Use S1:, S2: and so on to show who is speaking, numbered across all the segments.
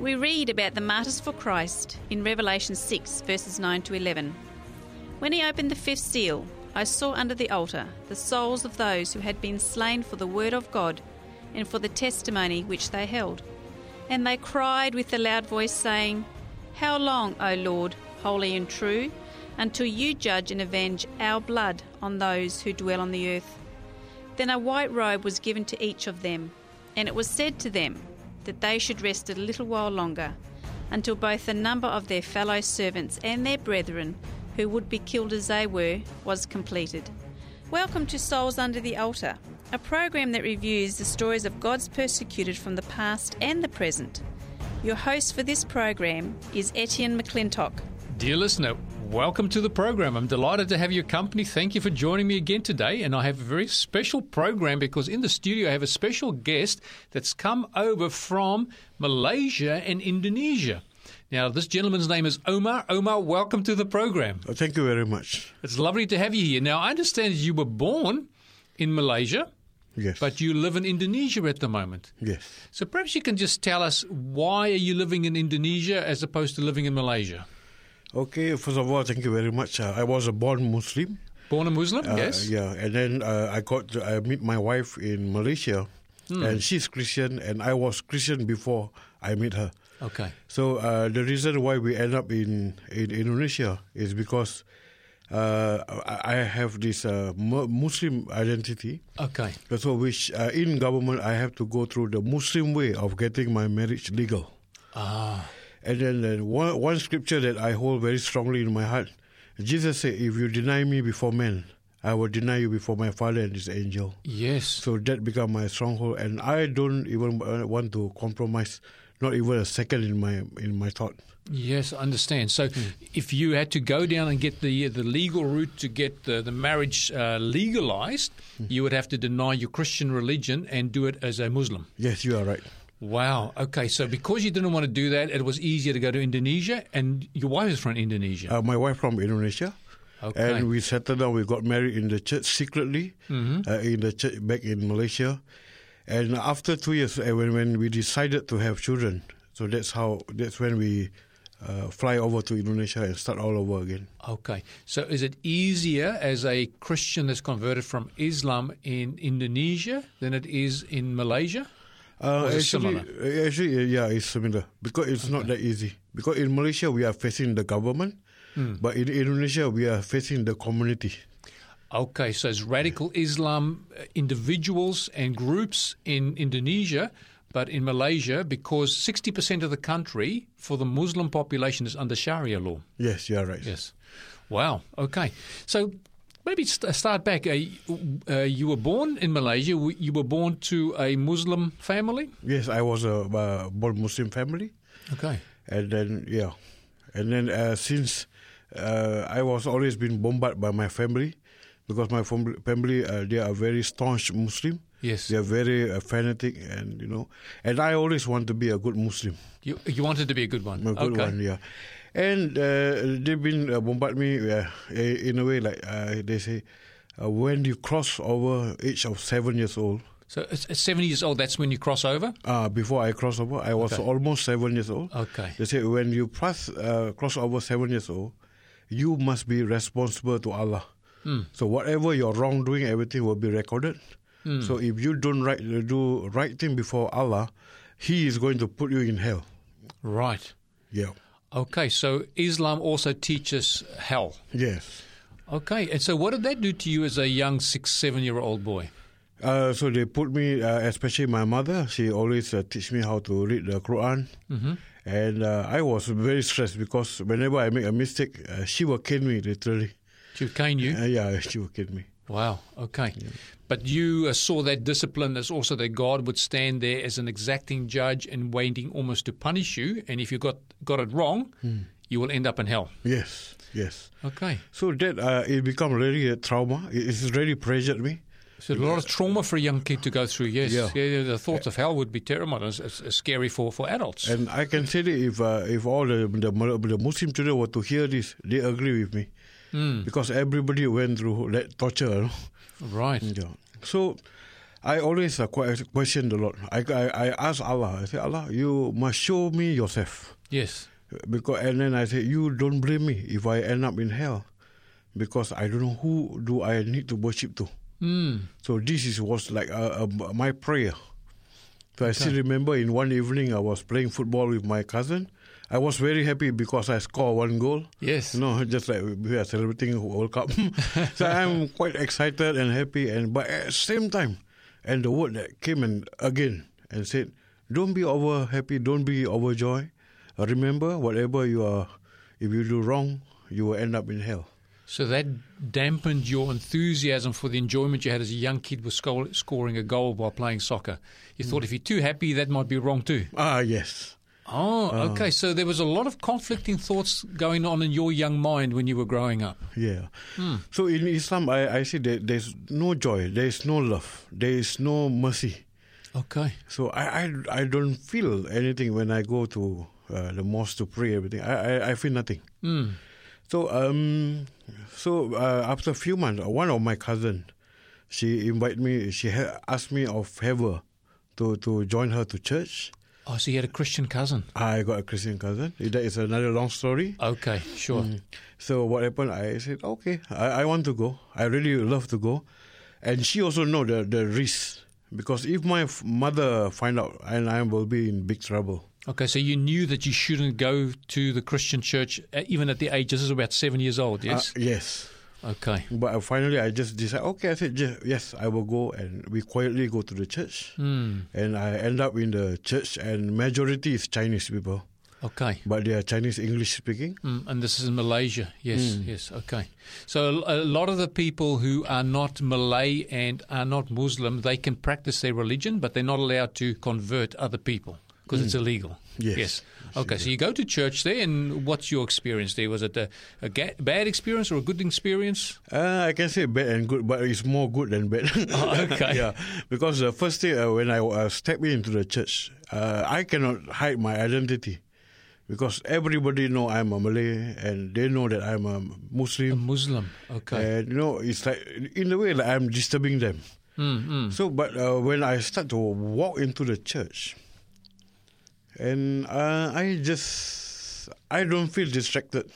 S1: We read about the martyrs for Christ in Revelation 6, verses 9 to 11. When he opened the fifth seal, I saw under the altar the souls of those who had been slain for the word of God and for the testimony which they held. And they cried with a loud voice, saying, How long, O Lord, holy and true, until you judge and avenge our blood on those who dwell on the earth? Then a white robe was given to each of them, and it was said to them that they should rest a little while longer, until both the number of their fellow servants and their brethren who would be killed as they were was completed. Welcome to Souls Under the Altar, a program that reviews the stories of God's persecuted from the past and the present. Your host for this program is Etienne McClintock.
S2: Dear listener, welcome to the program. I'm delighted to have your company. Thank you for joining me again today. And I have a very special program because in the studio I have a special guest that's come over from Malaysia and Indonesia. Now, this gentleman's name is Omar. Omar, welcome to the program.
S3: Oh, Thank you very much.
S2: It's lovely to have you here. Now, I understand you were born in Malaysia,
S3: Yes.
S2: but you live in Indonesia at the moment.
S3: yes.
S2: So perhaps you can just tell us why are you living in Indonesia as opposed to living in Malaysia?
S3: Okay. First of all, thank you very much. Uh, I was a born Muslim.
S2: Born a Muslim,
S3: Uh,
S2: yes.
S3: Yeah, and then uh, I got to, I meet my wife in Malaysia,
S2: Hmm.
S3: and she's Christian, and I was Christian before I met her.
S2: Okay.
S3: So uh, the reason why we end up in in Indonesia is because uh, I I have this uh, Mu- Muslim identity.
S2: Okay.
S3: So which uh, in government I have to go through the Muslim way of getting my marriage legal.
S2: Ah.
S3: And then uh, one, one scripture that I hold very strongly in my heart Jesus said, If you deny me before men, I will deny you before my Father and his angel.
S2: Yes.
S3: So that became my stronghold, and I don't even uh, want to compromise, not even a second in my in my thought.
S2: Yes, I understand. So
S3: Hmm.
S2: if you had to go down and get the the legal route to get the, the marriage uh, legalized,
S3: Hmm.
S2: you would have to deny your Christian religion and do it as a Muslim.
S3: Yes, you are right.
S2: Wow. Okay. So because you didn't want to do that, it was easier to go to Indonesia, and your wife is from Indonesia.
S3: Uh, my wife from Indonesia,
S2: Okay.
S3: Oh, and we settled down. We got married in the church secretly,
S2: Mm-hmm.
S3: uh, in the church back in Malaysia. And after two years, uh, when when we decided to have children, so that's how that's when we uh, fly over to Indonesia and start all over again.
S2: Okay. So is it easier as a Christian that's converted from Islam in Indonesia than it is in Malaysia? Or
S3: Uh,
S2: is it
S3: actually,
S2: similar?
S3: uh, actually, uh, yeah, it's similar because it's not that easy. Because in Malaysia we are facing the government,
S2: Hmm.
S3: but in Indonesia we are facing the community.
S2: Okay, so it's radical Islam uh, individuals and groups in Indonesia, but in Malaysia, because 60% of the country for the Muslim population is under Sharia law.
S3: Yes, you are right.
S2: Yes. Wow. Okay. So maybe st- start back. Uh, uh, you were born in Malaysia. W- You were born to a Muslim family?
S3: Yes, I was a uh, born Muslim family.
S2: Okay.
S3: and then yeah, and then uh, since uh, I was always been bombarded by my family because my fam- family uh, they are very staunch Muslim.
S2: Yes.
S3: They are very uh, fanatic, and you know, and I always want to be a good Muslim,
S2: You, you wanted to be a good one.
S3: a good
S2: okay.
S3: one, yeah. And uh, they've been uh, bombarding me uh, in a way like uh, they say, uh, when you cross over age of seven years old.
S2: So at at 70 years old, that's when you cross over?
S3: Uh, before I cross over, I was
S2: Okay.
S3: almost seven years old.
S2: Okay.
S3: They say when you pass uh, cross over seven years old, you must be responsible to Allah. So whatever your wrongdoing, everything will be recorded. So if you don't right, do right thing before Allah, He is going to put you in hell.
S2: Right.
S3: Yeah.
S2: Okay, so Islam also teaches hell.
S3: Yes.
S2: Okay, and so what did that do to you as a young six, seven year old boy?
S3: Uh, so they put me, uh, especially my mother. She always uh, teach me how to read the Quran, and uh, I was very stressed because whenever I make a mistake, uh, she will kill me literally.
S2: She cane you?
S3: Uh, yeah, she will kill me.
S2: Wow, okay. But you uh, saw that discipline as also that God would stand there as an exacting judge and waiting almost to punish you. And if you got, got it wrong,
S3: Hmm.
S2: you will end up in hell.
S3: Yes, yes.
S2: Okay.
S3: So that uh, it become really a trauma. It, it's really pressured me.
S2: So a lot of trauma for a young kid to go through, yes.
S3: Yeah.
S2: the thoughts of hell would be terrible. It's, it's, it's scary for, for adults.
S3: And I can say that if uh, if all the, the Mal- the Muslim children were to hear this, they agree with me
S2: Hmm.
S3: because everybody went through that torture. you know.
S2: right.
S3: Yeah. So I always uh, que- question the Lord. I, I, I ask Allah, I say, Allah, you must show me yourself.
S2: Yes.
S3: Because And then I say, you don't blame me if I end up in hell. Because I don't know who do I need to worship to.
S2: Mm.
S3: So this is was like uh, uh, my prayer. So I still remember in one evening I was playing football with my cousin. I was very happy because I scored one goal.
S2: Yes.
S3: You know, just like we are celebrating World Cup. so I'm quite excited and happy and but at the same time and the word that came and again and said, Don't be over happy, don't be overjoyed. Remember whatever you are if you do wrong, you will end up in hell.
S2: So that dampened your enthusiasm for the enjoyment you had as a young kid with sco- scoring a goal while playing soccer. You thought if you're too happy, that might be wrong too.
S3: Ah yes.
S2: Oh, okay. So there was a lot of conflicting thoughts going on in your young mind when you were growing up.
S3: Yeah. So in Islam, I, I see that there's no joy, there is no love, there is no mercy.
S2: Okay.
S3: So I, I, I don't feel anything when I go to uh, the mosque to pray everything. I, I, I feel nothing. So um, so uh, after a few months, one of my cousin, she invited me. She ha- asked me of her to to join her to church.
S2: Oh, so you had a Christian cousin.
S3: I got a Christian cousin. That is another long story.
S2: Okay, sure.
S3: So what happened? I said, okay, I, I want to go. I really love to go, and she also know the the risk because if my f- mother find out, and I will be in big trouble.
S2: Okay, so you knew that you shouldn't go to the Christian church uh, even at the age, this is about seven years old,
S3: Uh,
S2: yes?
S3: yes.
S2: okay.
S3: But I- finally, I just decided. Okay, I said "Yes, yes, I will go, and we quietly go to the church, and I end up in the church, and majority is Chinese people,
S2: Okay.
S3: but they are Chinese English speaking.
S2: Mm, and this is in Malaysia. Yes,
S3: Hmm.
S2: yes, okay. So a, a lot of the people who are not Malay and are not Muslim, they can practice their religion, but they're not allowed to convert other people because it's illegal.
S3: Hmm. Yes.
S2: Okay, so you go to church there, and what's your experience there? Was it a, a ga- bad experience or a good experience?
S3: Uh, I can say bad and good, but it's more good than bad.
S2: Oh, okay.
S3: yeah, because the first day uh, when I uh, stepped into the church, uh, I cannot hide my identity because everybody know I'm a Malay and they know that I'm a
S2: A
S3: Muslim.
S2: Muslim. Okay.
S3: And you know, it's like in a way like I'm disturbing them. So, but uh, when I start to walk into the church, and uh, I just I don't feel distracted.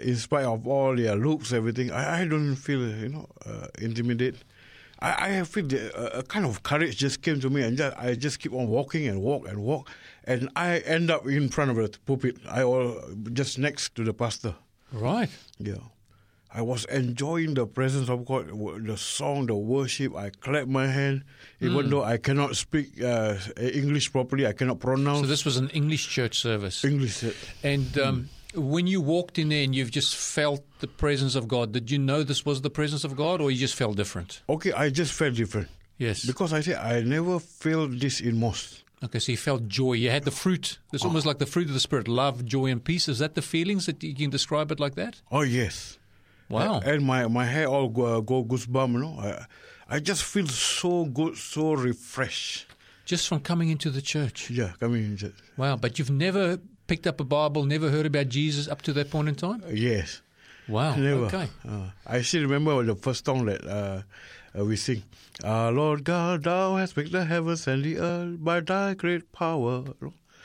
S3: In spite of all their looks, everything, I, I don't feel you know uh, intimidated. I, I feel the, uh, a kind of courage just came to me, and just, I just keep on walking and walk and walk, and I end up in front of the pulpit. I all just next to the pastor.
S2: Right.
S3: Yeah. I was enjoying the presence of God, w- the song, the worship. I clapped my hand,
S2: Mm.
S3: even though I cannot speak uh, English properly. I cannot pronounce
S2: So this was an English church service.
S3: English.
S2: And um,
S3: hmm.
S2: when you walked in there and you've just felt the presence of God, did you know this was the presence of God or you just felt different?
S3: Okay, I just felt different
S2: Yes.
S3: because I said I never felt this in mosque.
S2: okay, so you felt joy. You had the fruit. It's almost like the fruit of the Spirit love, joy, and peace. Is that the feelings that you can describe it like that? Uh,
S3: Oh yes,
S2: Wow.
S3: and my, my hair all go, uh, go goosebump. You know, I, I just feel so good, so refreshed.
S2: just from coming into the church.
S3: Yeah, coming in. church.
S2: Wow. But you've never picked up a Bible, never heard about Jesus up to that point in time?
S3: Yes.
S2: Wow.
S3: Never.
S2: Okay.
S3: Uh, I still remember the first song that uh, uh, we sing. Uh, Lord God, thou hast made the heavens and the earth by thy great power.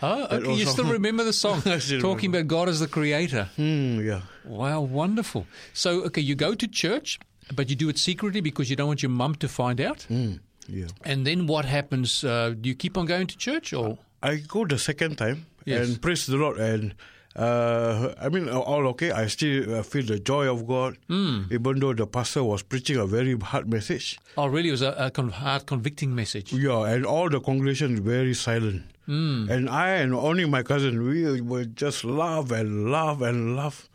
S2: Oh,
S3: That
S2: okay. You
S3: also-
S2: still remember the song
S3: I still
S2: talking about God as the creator.
S3: Hmm, yeah.
S2: Wow, wonderful. So, okay, you go to church, but you do it secretly because you don't want your mum to find out.
S3: Hmm, yeah.
S2: And then what happens? Uh, do you keep on going to church or?
S3: I go the second time
S2: Yes.
S3: and praise the Lord and uh, I mean uh, all okay. I still uh, feel the joy of God,
S2: Hmm.
S3: even though the pastor was preaching a very hard message.
S2: Oh, really? It was a, a con- hard, convicting message.
S3: Yeah, and all the congregation very silent.
S2: Hmm.
S3: And I and only my cousin, we were just laugh and laugh and laugh.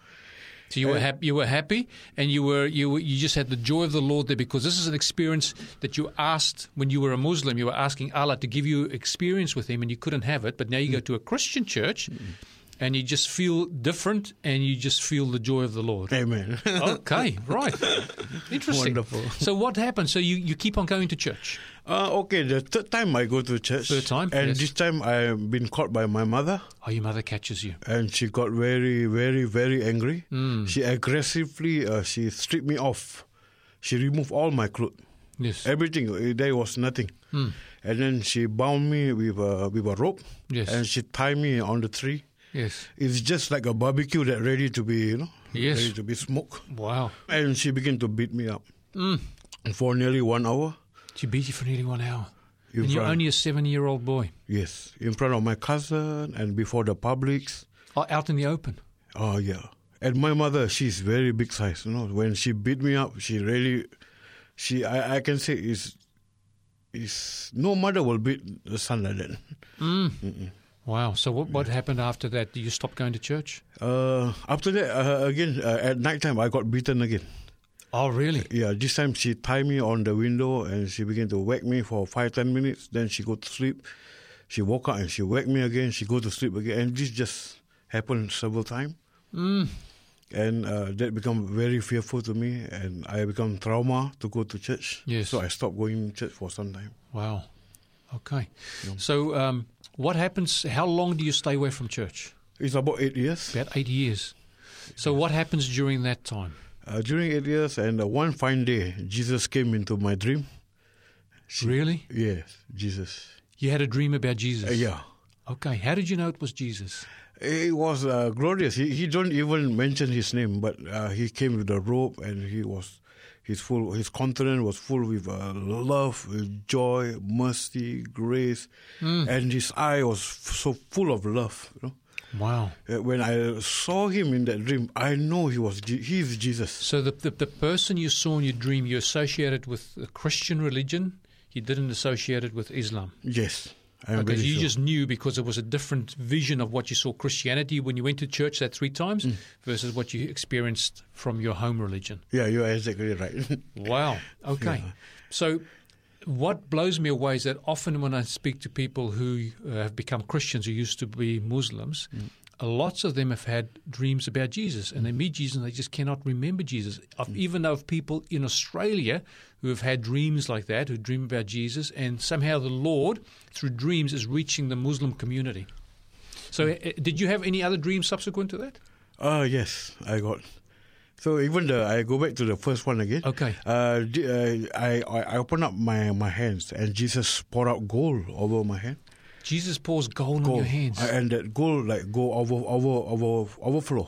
S2: So you were happy. You were happy, and you were you were, you just had the joy of the Lord there because this is an experience that you asked when you were a Muslim. You were asking Allah to give you experience with Him, and you couldn't have it. But now you go to a Christian church, and you just feel different, and you just feel the joy of the Lord.
S3: Amen.
S2: Okay, right. Interesting.
S3: Wonderful.
S2: So what happened? So you, you keep on going to church.
S3: Uh, okay, the third time I go to church.
S2: Third time,
S3: And
S2: yes.
S3: this time I've been caught by my mother
S2: Oh, your mother catches you.
S3: and she got very, very, very angry.
S2: Hmm.
S3: She aggressively, uh, she stripped me off. She removed all my clothes.
S2: Yes.
S3: Everything eh, there was nothing,
S2: Hmm.
S3: and then she bound me with a with a rope,
S2: Yes.
S3: and she tied me on the tree.
S2: Yes.
S3: It's just like a barbecue that ready to be you know
S2: Yes.
S3: ready to be smoked.
S2: Wow.
S3: And she began to beat me up
S2: Hmm.
S3: for nearly one hour.
S2: She beat you for nearly one hour.
S3: You
S2: and you're
S3: run.
S2: only a seven year old boy
S3: Yes, in front of my cousin and before the publics.
S2: O- out in the open.
S3: Oh yeah. And my mother, she's very big size. You know, when she beat me up, she really, she I, I can say is, is no mother will beat the son like that.
S2: Wow. So what, what happened after that? Did you stop going to church?
S3: Uh, after that, uh, again uh, at night time, I got beaten again.
S2: Oh, really?
S3: Yeah, this time she tied me on the window and she began to whack me for five ten minutes. Then she go to sleep. She woke up and she whacked me again. She go to sleep again, and this just happened several times. And uh, that become very fearful to me, and I become trauma to go to church.
S2: Yes.
S3: So I stopped going to church for some time.
S2: Wow. Okay. So um, what happens? How long do you stay away from church?
S3: It's about eight years.
S2: About eight years. So what happens during that time?
S3: Uh, during eight years, and uh, one fine day, Jesus came into my dream.
S2: Really?
S3: Yes, Jesus.
S2: You had a dream about Jesus?
S3: Uh, yeah.
S2: Okay. How did you know it was Jesus?
S3: It was uh, glorious. He, he don't even mention his name, but uh, he came with a robe, and he was his full his countenance was full with uh, love, with joy, mercy, grace,
S2: Hmm.
S3: and his eye was f- so full of love. You
S2: Wow.
S3: know? Uh, When I saw him in that dream, I know he was Je- he is Jesus.
S2: So the, the the person you saw in your dream, you associated with the Christian religion. You didn't associate it with Islam.
S3: Yes, I'm
S2: Okay,
S3: very
S2: you
S3: sure.
S2: just knew because it was a different vision of what you saw Christianity when you went to church that three times versus what you experienced from your home religion.
S3: yeah, you are exactly right.
S2: Wow. Okay. So, what blows me away is that often when I speak to people who uh, have become Christians who used to be Muslims, uh lots of them have had dreams about Jesus and they meet Jesus and they just cannot remember Jesus. I've even know of people in Australia who have had dreams like that, who dream about Jesus, and somehow the Lord, through dreams, is reaching the Muslim community. So, uh, did you have any other dreams subsequent to that?
S3: Ah yes, I got. So even the I go back to the first one again.
S2: Okay.
S3: Uh, di- uh I I I open up my my hands and Jesus pour out gold over my hand.
S2: Jesus pours gold, on
S3: Gold.
S2: your hands.
S3: Uh, and that gold like go over over over overflow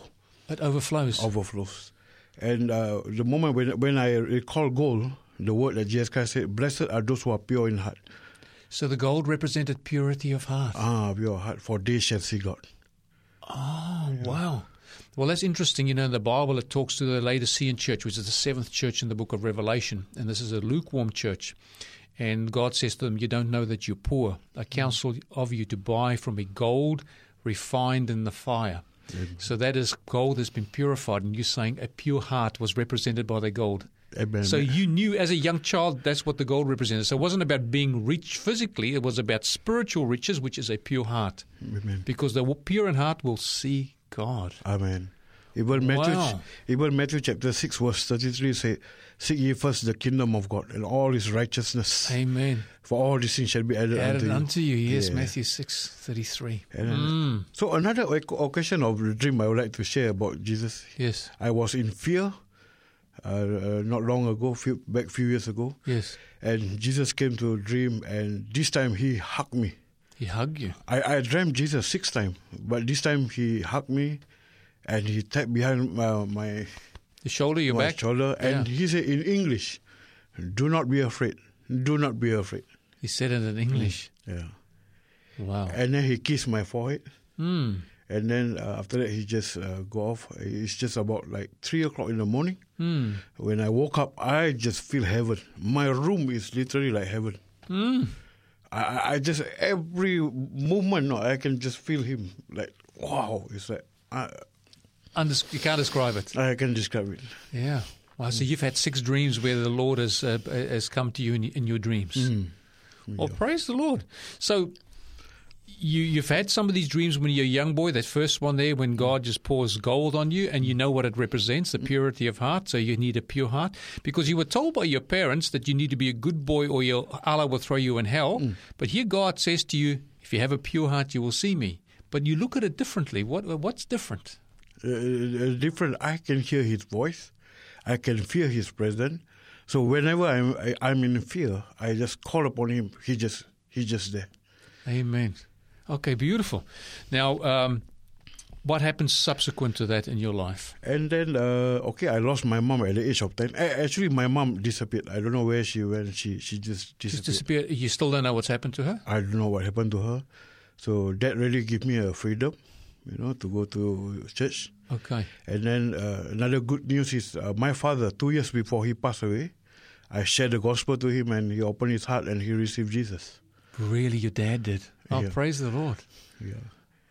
S2: it overflows.
S3: overflows. And uh, the moment when when I recall gold, the word that Jesus Christ said, "Blessed are those who are pure in heart."
S2: So the gold represented purity of heart.
S3: Ah, pure heart, for they shall see God.
S2: Oh, wow. Well, that's interesting. You know, in the Bible, it talks to the Laodicean church, which is the seventh church in the book of Revelation. And this is a lukewarm church. And God says to them, You don't know that you're poor. I counsel of you to buy from me gold refined in the fire. So that is gold that's been purified. And you're saying a pure heart was represented by the gold.
S3: Amen.
S2: So you knew as a young child that's what the gold represented. So it wasn't about being rich physically, it was about spiritual riches, which is a pure heart.
S3: Amen.
S2: Because the pure in heart will see God.
S3: Amen. Even Matthew,
S2: Wow.
S3: even Matthew chapter 6, verse 33 say, Seek ye first the kingdom of God and all his righteousness,
S2: Amen.
S3: for all these things shall be added,
S2: Added
S3: unto you.
S2: unto you, Mm. yes,
S3: Yeah.
S2: Matthew six thirty three.
S3: And then- So, another oc- occasion of the dream I would like to share about Jesus.
S2: Yes.
S3: I was in fear uh, uh, not long ago, few, back few years ago,
S2: Yes.
S3: and Jesus came to a dream, and this time he hugged me.
S2: He hugged you.
S3: I, I dreamt Jesus six times, but this time he hugged me and he tapped behind uh, my
S2: The shoulder, your
S3: my
S2: back.
S3: shoulder, and
S2: Yeah.
S3: he said in English, "Do not be afraid. Do not be afraid."
S2: He said it in English.
S3: Yeah.
S2: Wow.
S3: And then he kissed my forehead,
S2: Mm.
S3: and then uh, after that he just uh, go off. It's just about like three o'clock in the morning.
S2: Mm.
S3: When I woke up, I just feel heaven. My room is literally like heaven.
S2: Hmm.
S3: I- I, I just every movement, no, I can just feel him. Like wow, it's like I,
S2: Undis- you can't describe it.
S3: I can describe it.
S2: Yeah. Wow. So you've had six dreams where the Lord has uh, has come to you in, in your dreams. Well, praise the Lord. So you you've had some of these dreams when you're a young boy. That first one there, when God just pours gold on you, and you know what it represents, the purity of heart. So you need a pure heart because you were told by your parents that you need to be a good boy, or your Allah will throw you in hell. But here God says to you, if you have a pure heart, you will see me. But you look at it differently. What what's different?
S3: uh, different. I can hear his voice. I can feel his presence. So whenever I'm I, I'm in fear, I just call upon Him. He just He just there.
S2: Amen. Okay, beautiful. Now, um, what happened subsequent to that in your life?
S3: And then uh, okay, I lost my mom at the age of ten. A- Actually, my mom disappeared. I don't know where she went. She she just
S2: She's
S3: disappeared.
S2: disappeared. You still don't know what's happened to her?
S3: I don't know what happened to her. So that really gave me a freedom, you know, to go to church.
S2: Okay.
S3: And then uh, another good news is uh, my father, two years before he passed away, I shared the gospel to him and he opened his heart and he received Jesus.
S2: Really, your dad did. Oh,
S3: Yeah.
S2: praise the Lord.
S3: Yeah.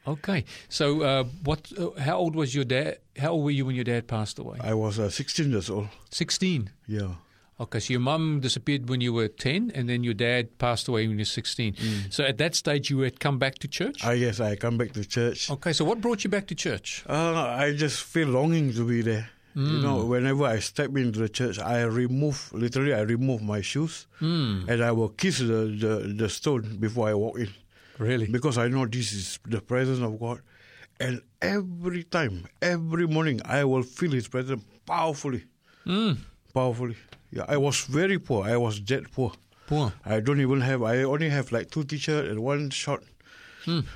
S2: Okay. So, uh, what? Uh, how old was your dad? How old were you when your dad passed away?
S3: I was uh, 16 years old.
S2: 16.
S3: Yeah.
S2: Okay, so your mum disappeared when you were 10, and then your dad passed away when you were 16. So at that stage, you had come back to church?
S3: I guess Ah, I come back to church.
S2: okay, so what brought you back to church?
S3: Uh, I just feel longing to be there. You know, whenever I step into the church, I remove, literally, I remove my shoes and I will kiss the, the, the stone before I walk in.
S2: Really?
S3: because I know this is the presence of God. And every time, every morning, I will feel His presence powerfully. Powerfully. Yeah, I was very poor. I was dead poor.
S2: Poor.
S3: I don't even have, I only have like two t-shirts and one short.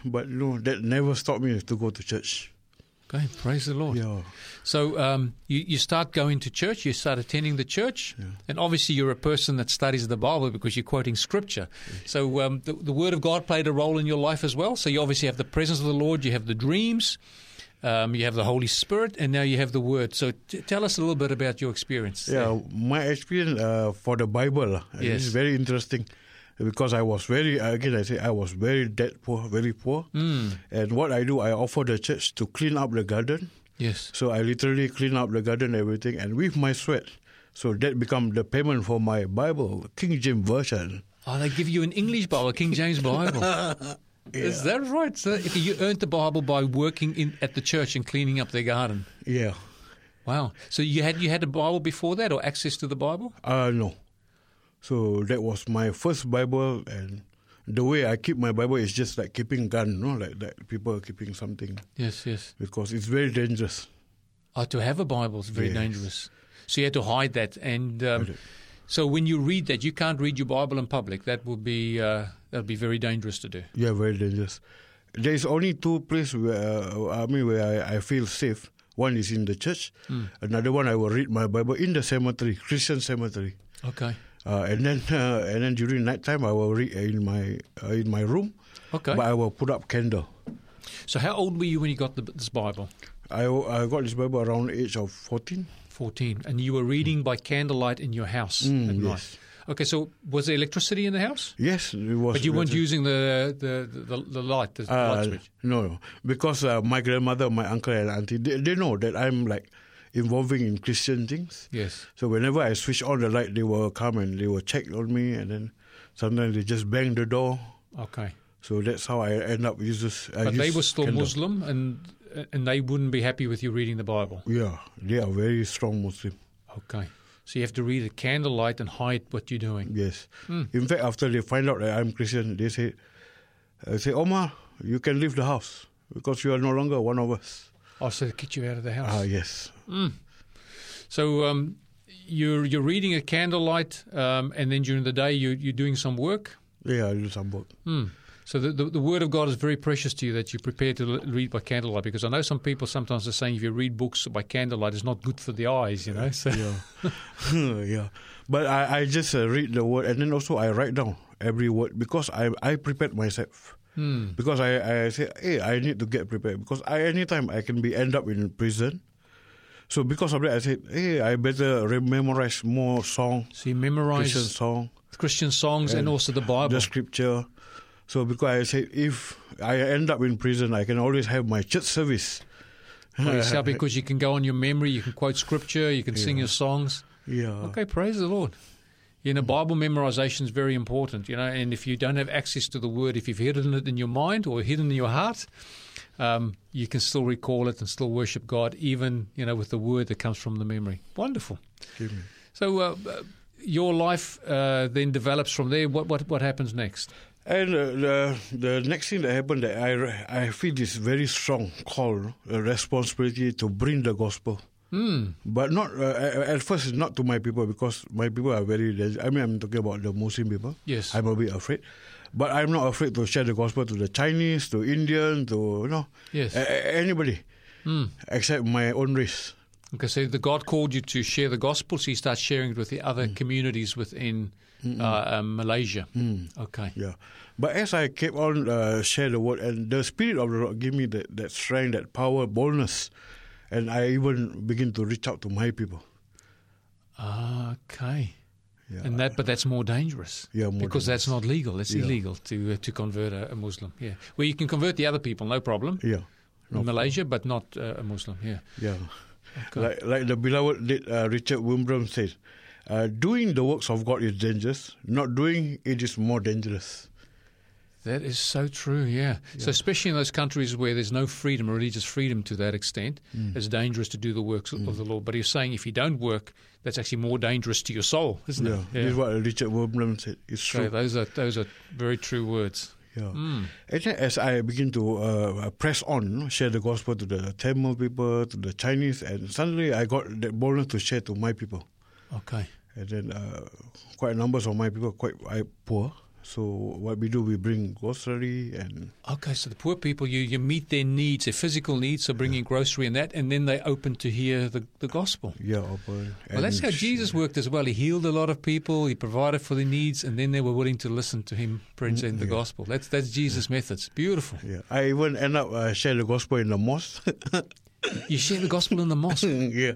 S3: But no, that never stopped me to go to church.
S2: Okay, praise the Lord.
S3: Yeah.
S2: So um, you, you start going to church, you start attending the church, and obviously you're a person that studies the Bible because you're quoting Scripture. So um, the, the Word of God played a role in your life as well. So you obviously have the presence of the Lord, you have the dreams, um, you have the Holy Spirit, and now you have the Word. So t- tell us a little bit about your experience.
S3: Yeah, my experience uh, for the Bible uh,
S2: Yes.
S3: is very interesting because I was very, uh, again, I say I was very dead poor, very poor. And what I do, I offer the church to clean up the garden.
S2: Yes.
S3: So I literally clean up the garden, everything, and with my sweat. So that become the payment for my Bible, King James Version.
S2: Oh, they give you an English Bible, a King James Bible. Is that right? So if you earned the Bible by working in at the church and cleaning up their garden.
S3: Yeah.
S2: Wow. So you had you had a Bible before that or access to the Bible?
S3: Uh no. So that was my first Bible and the way I keep my Bible is just like keeping gun, no, like that people are keeping something
S2: Yes, yes.
S3: because it's very dangerous.
S2: Oh, to have a Bible is very
S3: Yes.
S2: dangerous. So you had to hide that. And um, so when you read that, you can't read your Bible in public. That would be uh, that would be very dangerous to do.
S3: Yeah, very dangerous. There is only two places where uh, I mean where I, I feel safe. One is in the church.
S2: Hmm.
S3: Another one I will read my Bible in the cemetery, Christian cemetery.
S2: Okay.
S3: Uh, and then uh, and then during night time I will read in my uh, in my room.
S2: Okay.
S3: But I will put up candle.
S2: So how old were you when you got the, this Bible?
S3: I I got this Bible around the age of fourteen.
S2: 14. And you were reading by candlelight in your house at night.
S3: Mm, yes.
S2: Okay, so was there electricity in the house?
S3: Yes, it was.
S2: But you weren't using the the, the, the light, the light
S3: Uh,
S2: switch.
S3: no, no, because uh, my grandmother, my uncle, and auntie, they, they know that I'm like involving in Christian things.
S2: Yes.
S3: So whenever I switch on the light, they will come and they will check on me, and then sometimes they just bang the door.
S2: Okay.
S3: So that's how I end up uses. I
S2: But they
S3: use
S2: were still
S3: candle.
S2: Muslim, and and they wouldn't be happy with you reading the Bible.
S3: Yeah, they are very strong Muslim.
S2: Okay. So you have to read at candlelight and hide what you're doing.
S3: Yes.
S2: Hmm.
S3: In fact, after they find out that I'm Christian, they say, I say, Omar, you can leave the house because you are no longer one of us.
S2: Oh, so they kick you out of the house.
S3: Ah, yes.
S2: So um, you're you're reading at candlelight, um, and then during the day you you're doing some work.
S3: Yeah, I do some work.
S2: Hmm. So the, the the word of God is very precious to you that you prepare to l- read by candlelight because I know some people sometimes are saying if you read books by candlelight it's not good for the eyes, you know. So
S3: Yeah. yeah. But I, I just uh, read the word and then also I write down every word because I, I prepared myself. Because I, I say, hey, I need to get prepared because I anytime I can be end up in prison. So because of that, I said, hey, I better re- memorize more song,
S2: So you memorize
S3: Christian
S2: Christian,
S3: song.
S2: songs and
S3: And
S2: also the Bible.
S3: the scripture. So because I said if I end up in prison, I can always have my church service.
S2: for yourself because you can go on your memory, you can quote scripture, you can sing your songs.
S3: Yeah.
S2: Okay, praise the Lord. You know, Bible memorization is very important, you know, and if you don't have access to the word, if you've hidden it in your mind or hidden in your heart, um, you can still recall it and still worship God, even, you know, with the word that comes from the memory. Wonderful.
S3: Amen.
S2: So, uh, uh, your life uh, then develops from there. What, what, what happens next?
S3: And uh, the the next thing that happened that I I feel this very strong call, a responsibility to bring the gospel
S2: Hmm.
S3: But not uh, at- at first, not to my people because my people are very. I mean, I'm talking about the Muslim people.
S2: Yes.
S3: I'm a bit afraid, but I'm not afraid to share the gospel to the Chinese, to Indian, to you know,
S2: Yes. Hmm.
S3: a- a- anybody, except my own race.
S2: Okay, so the God called you to share the gospel, so you start sharing it with the other communities within uh, um, Malaysia. Okay.
S3: Yeah, but as I kept on uh, share the word, and the spirit of the Lord gave me that, that strength, that power, boldness, and I even begin to reach out to my people.
S2: Ah, Okay.
S3: Yeah.
S2: And that, but that's more dangerous.
S3: Yeah, more
S2: because that's not legal. That's illegal to uh, to convert a, a Muslim. Yeah, well, you can convert the other people, no problem,
S3: Yeah,
S2: in Malaysia, but not uh, a Muslim. Yeah.
S3: yeah. Like, like the beloved did, uh, Richard Wimbrom said, uh, doing the works of God is dangerous. Not doing it is more dangerous.
S2: That is so true, yeah. So, especially in those countries where there's no freedom, religious freedom to that extent, it's dangerous to do the works of the Lord. But he's saying if you don't work, that's actually more dangerous to your soul, isn't
S3: Yeah,
S2: it?
S3: this is what Richard Wimbrom said. It's
S2: Okay, Hmm.
S3: true.
S2: those are those are very true words.
S3: Yeah. And then as I begin to uh, press on, you know, share the gospel to the Tamil people, to the Chinese, and suddenly I got that boldness to share to my people.
S2: Okay.
S3: And then uh, quite numbers of my people quite I, poor. So what we do, we bring grocery and
S2: Okay, so the poor people, you, you meet their needs, their physical needs, so bringing grocery and that, and then they open to hear the, the gospel.
S3: yeah, open.
S2: Well, that's
S3: and
S2: how
S3: sh-
S2: Jesus worked as well. He healed a lot of people, he provided for their needs, and then they were willing to listen to him
S3: Mm,
S2: present the gospel. That's, that's Jesus' methods. Beautiful.
S3: Yeah, I even end up uh, share the gospel in the mosque.
S2: You share the gospel in the mosque.
S3: yeah,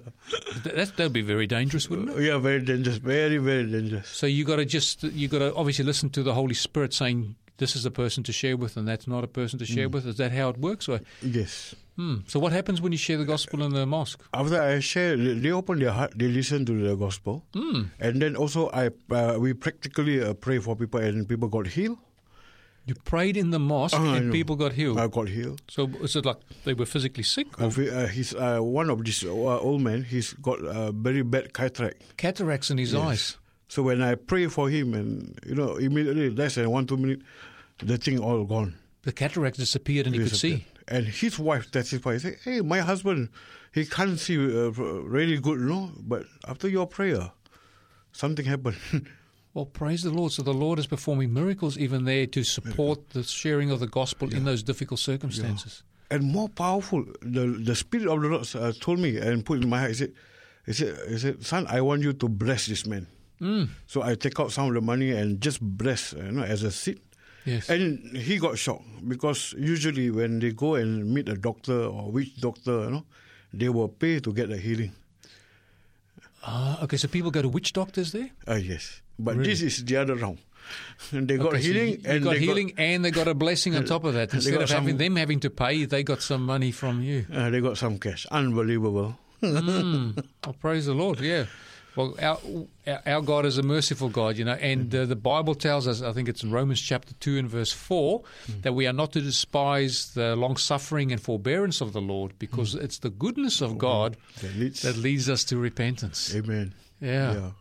S2: Th- That that'd be very dangerous, wouldn't it?
S3: yeah, very dangerous, very very dangerous.
S2: So you got to just you got to obviously listen to the Holy Spirit saying this is a person to share with and that's not a person to
S3: Mm.
S2: share with. Is that how it works? Or,
S3: Yes.
S2: hmm. So what happens when you share the gospel in the mosque?
S3: After I share, they they open their heart, they listen to the gospel,
S2: Hmm.
S3: mm. and then also I uh, we practically uh, pray for people, and people got healed.
S2: You prayed in the mosque
S3: Ah, I
S2: and
S3: know.
S2: people got healed.
S3: I got healed.
S2: So is it like they were physically sick?
S3: Uh, we- uh, he's uh, one of these uh, old men. He's got uh, very bad cataract.
S2: Cataracts in his eyes.
S3: So when I pray for him, and you know, immediately less than one two minute, the thing all gone.
S2: The cataracts disappeared and he could see.
S3: And his wife testified, say, "Hey, my husband, he can't see uh, really good, no. But after your prayer, something happened."
S2: Well, praise the Lord. So the Lord is performing miracles even there to support the sharing of the gospel in those difficult circumstances.
S3: and more powerful. The the spirit of the Lord uh, told me and put in my heart. He said, he said, he said, son, I want you to bless this man.
S2: Mm.
S3: So I take out some of the money and just bless, you know, as a seed.
S2: Yes.
S3: And he got shocked because usually when they go and meet a doctor or witch doctor, you know, they will pay to get the healing.
S2: Ah, okay, so people go to witch doctors there?
S3: Ah, yes. But this is the other round. And they got
S2: Okay, so you-
S3: healing
S2: you
S3: and
S2: got
S3: they
S2: healing, and they got a blessing on top of that.
S3: They
S2: Instead
S3: got
S2: of having
S3: some-
S2: them having to pay, they got some money from you.
S3: got uh, they got some cash. Unbelievable.
S2: Oh, praise the Lord! Yeah. Well, our our- our God is a merciful God, you know, and uh, the Bible tells us, I think it's in Romans chapter two and verse four, that we are not to despise the long suffering and forbearance of the Lord, because it's the goodness of God
S3: That leads-
S2: that leads us to repentance.
S3: Amen.
S2: Yeah.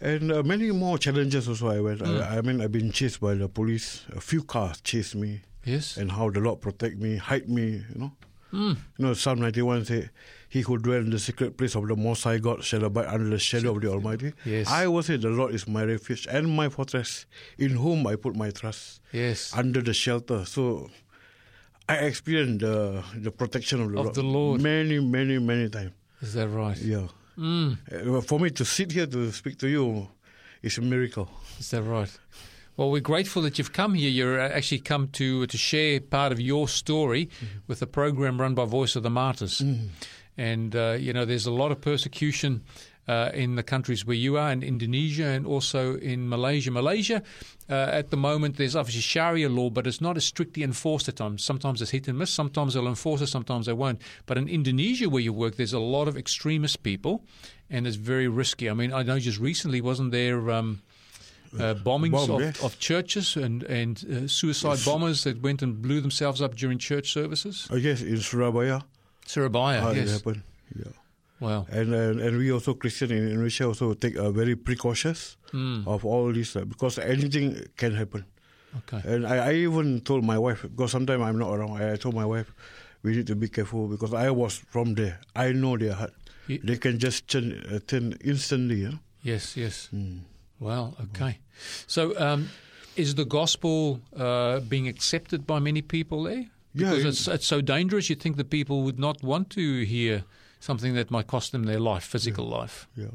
S3: And uh, many more challenges also I went.
S2: Mm.
S3: I, I mean, I've been chased by the police. A few cars chased me.
S2: Yes.
S3: And how the Lord protect me, hide me, you know.
S2: Hmm.
S3: You know, Psalm 91 say, He who dwell in the secret place of the Most High God shall abide under the shadow of the Almighty.
S2: Yes.
S3: I will say, The Lord is my refuge and my fortress, in whom I put my trust,
S2: Yes.
S3: under the shelter. So I experienced the, the protection of the
S2: Of
S3: Lord.
S2: the Lord.
S3: Many, many, many times.
S2: Is that right?
S3: Yeah.
S2: Hmm.
S3: Uh, well, for me to sit here to speak to you is a miracle.
S2: Is that right? Well, we're grateful that you've come here. You're uh, actually come to to share part of your story with a program run by Voice of the Martyrs. And uh, you know, there's a lot of persecution uh, in the countries where you are, in Indonesia and also in Malaysia. Malaysia, uh, at the moment, there's obviously Sharia law, but it's not as strictly enforced at times. Sometimes it's hit and miss. Sometimes they'll enforce it. Sometimes they won't. But in Indonesia, where you work, there's a lot of extremist people, and it's very risky. I mean, I know just recently wasn't there. Um, uh, bombings
S3: Bomb,
S2: of,
S3: yes.
S2: of churches and and uh, suicide bombers that went and blew themselves up during church services.
S3: I guess in Surabaya,
S2: Surabaya,
S3: how it
S2: yes.
S3: happened. Oh, Yeah.
S2: Wow.
S3: And, and and we also Christian in Indonesia also take a very precautious of all this uh, because anything can happen.
S2: Okay.
S3: And I, I even told my wife because sometimes I'm not around. I, I told my wife, we need to be careful because I was from there. I know their heart.
S2: Ye-
S3: They can just turn, uh, turn instantly. Yeah?
S2: Yes, yes.
S3: Hmm.
S2: Wow, okay. So, um, is the gospel uh, being accepted by many people there?
S3: Yeah,
S2: Because
S3: it-
S2: it's, it's so dangerous, you think the people would not want to hear something that might cost them their life, physical life.
S3: Yeah.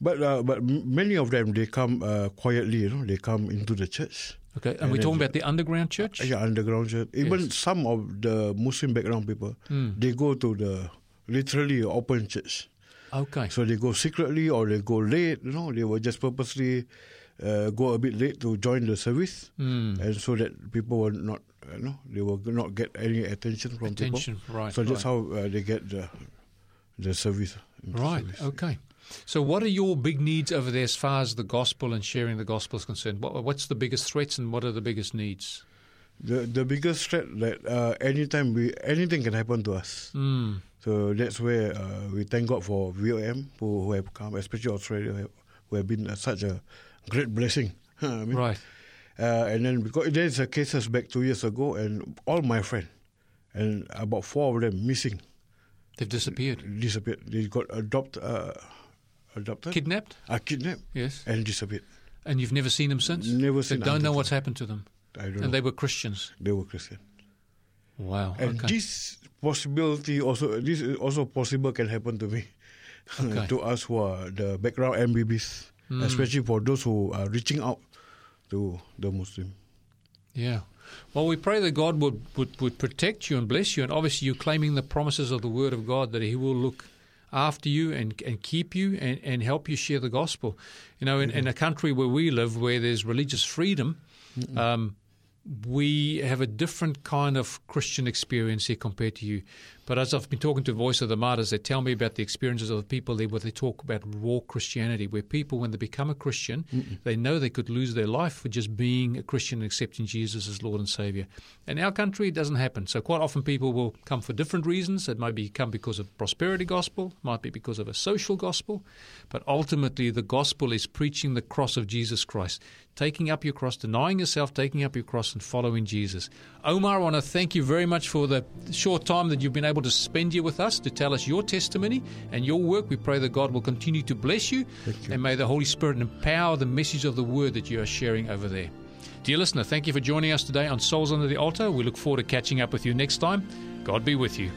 S3: But uh, but m- many of them they come uh, quietly. You know, they come into the church.
S2: Okay, and, we're
S3: then
S2: talking
S3: the-
S2: about the underground church?
S3: Uh, Yeah, underground church. Even some of the Muslim background people, they go to the literally open church.
S2: Okay.
S3: So they go secretly or they go late. You know, they will just purposely uh, go a bit late to join the service,
S2: Hmm. Mm.
S3: and so that people will not, you know, they will not get any attention from
S2: Attention,
S3: people.
S2: right,
S3: So that's
S2: right.
S3: how uh, they get the the service.
S2: Right. uh,
S3: Service.
S2: Okay. So, what are your big needs over there as far as the gospel and sharing the gospel is concerned? What, what's the biggest threats and what are the biggest needs?
S3: The the biggest threat that uh, anytime we anything can happen to us.
S2: Mm.
S3: So that's where uh, we thank God for VOM who, who have come, especially Australia, who have, who have been uh, such a great blessing. I mean,
S2: Right.
S3: Uh, and then because there's a cases back two years ago, and all my friend, and about four of them missing,
S2: They've disappeared.
S3: disappeared. They got adopt, uh, adopted,
S2: Kidnapped?
S3: uh, kidnapped,
S2: Yes.
S3: and disappeared.
S2: And you've never seen them since?
S3: Never seen
S2: They don't know
S3: until-
S2: what's happened to them.
S3: I don't know.
S2: And they were Christians.
S3: They were Christian.
S2: Wow.
S3: And
S2: okay.
S3: this possibility also this is also possible can happen to me,
S2: Okay. Hmm.
S3: to us who are the background MBBs, especially for those who are reaching out to the Muslim.
S2: Yeah. Well, we pray that God would, would, would protect you and bless you. And obviously, you're claiming the promises of the Word of God that He will look after you and, and keep you and, and help you share the gospel. You know, in, in a country where we live, where there's religious freedom, um, we have a different kind of Christian experience here compared to you. But as I've been talking to Voice of the Martyrs, they tell me about the experiences of the people there where they talk about raw Christianity, where people, when they become a Christian, they know they could lose their life for just being a Christian and accepting Jesus as Lord and Savior. In our country, it doesn't happen. So quite often people will come for different reasons. It might be come because of prosperity gospel, might be because of a social gospel, but ultimately the gospel is preaching the cross of Jesus Christ, taking up your cross, denying yourself, taking up your cross and following Jesus. Omar, I want to thank you very much for the short time that you've been able to spend here with us to tell us your testimony and your work. We pray that God will continue to bless you, and may the Holy Spirit empower the message of the word that you are sharing over there. Dear listener, thank you for joining us today on Souls Under the Altar. We look forward to catching up with you next time. God be with you.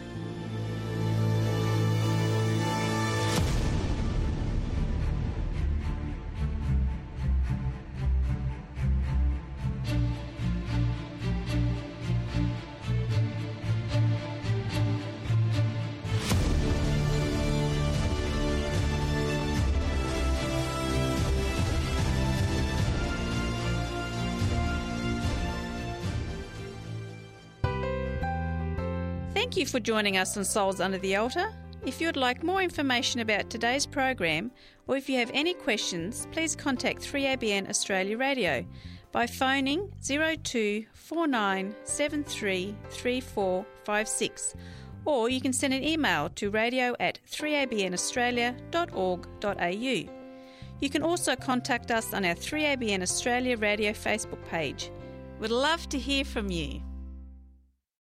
S1: Thank you for joining us on Souls Under the Altar. If you would like more information about today's program or if you have any questions, please contact 3ABN Australia Radio by phoning 0249733456 or you can send an email to radio at 3abnaustralia.org.au. You can also contact us on our 3ABN Australia Radio Facebook page. We'd love to hear from you.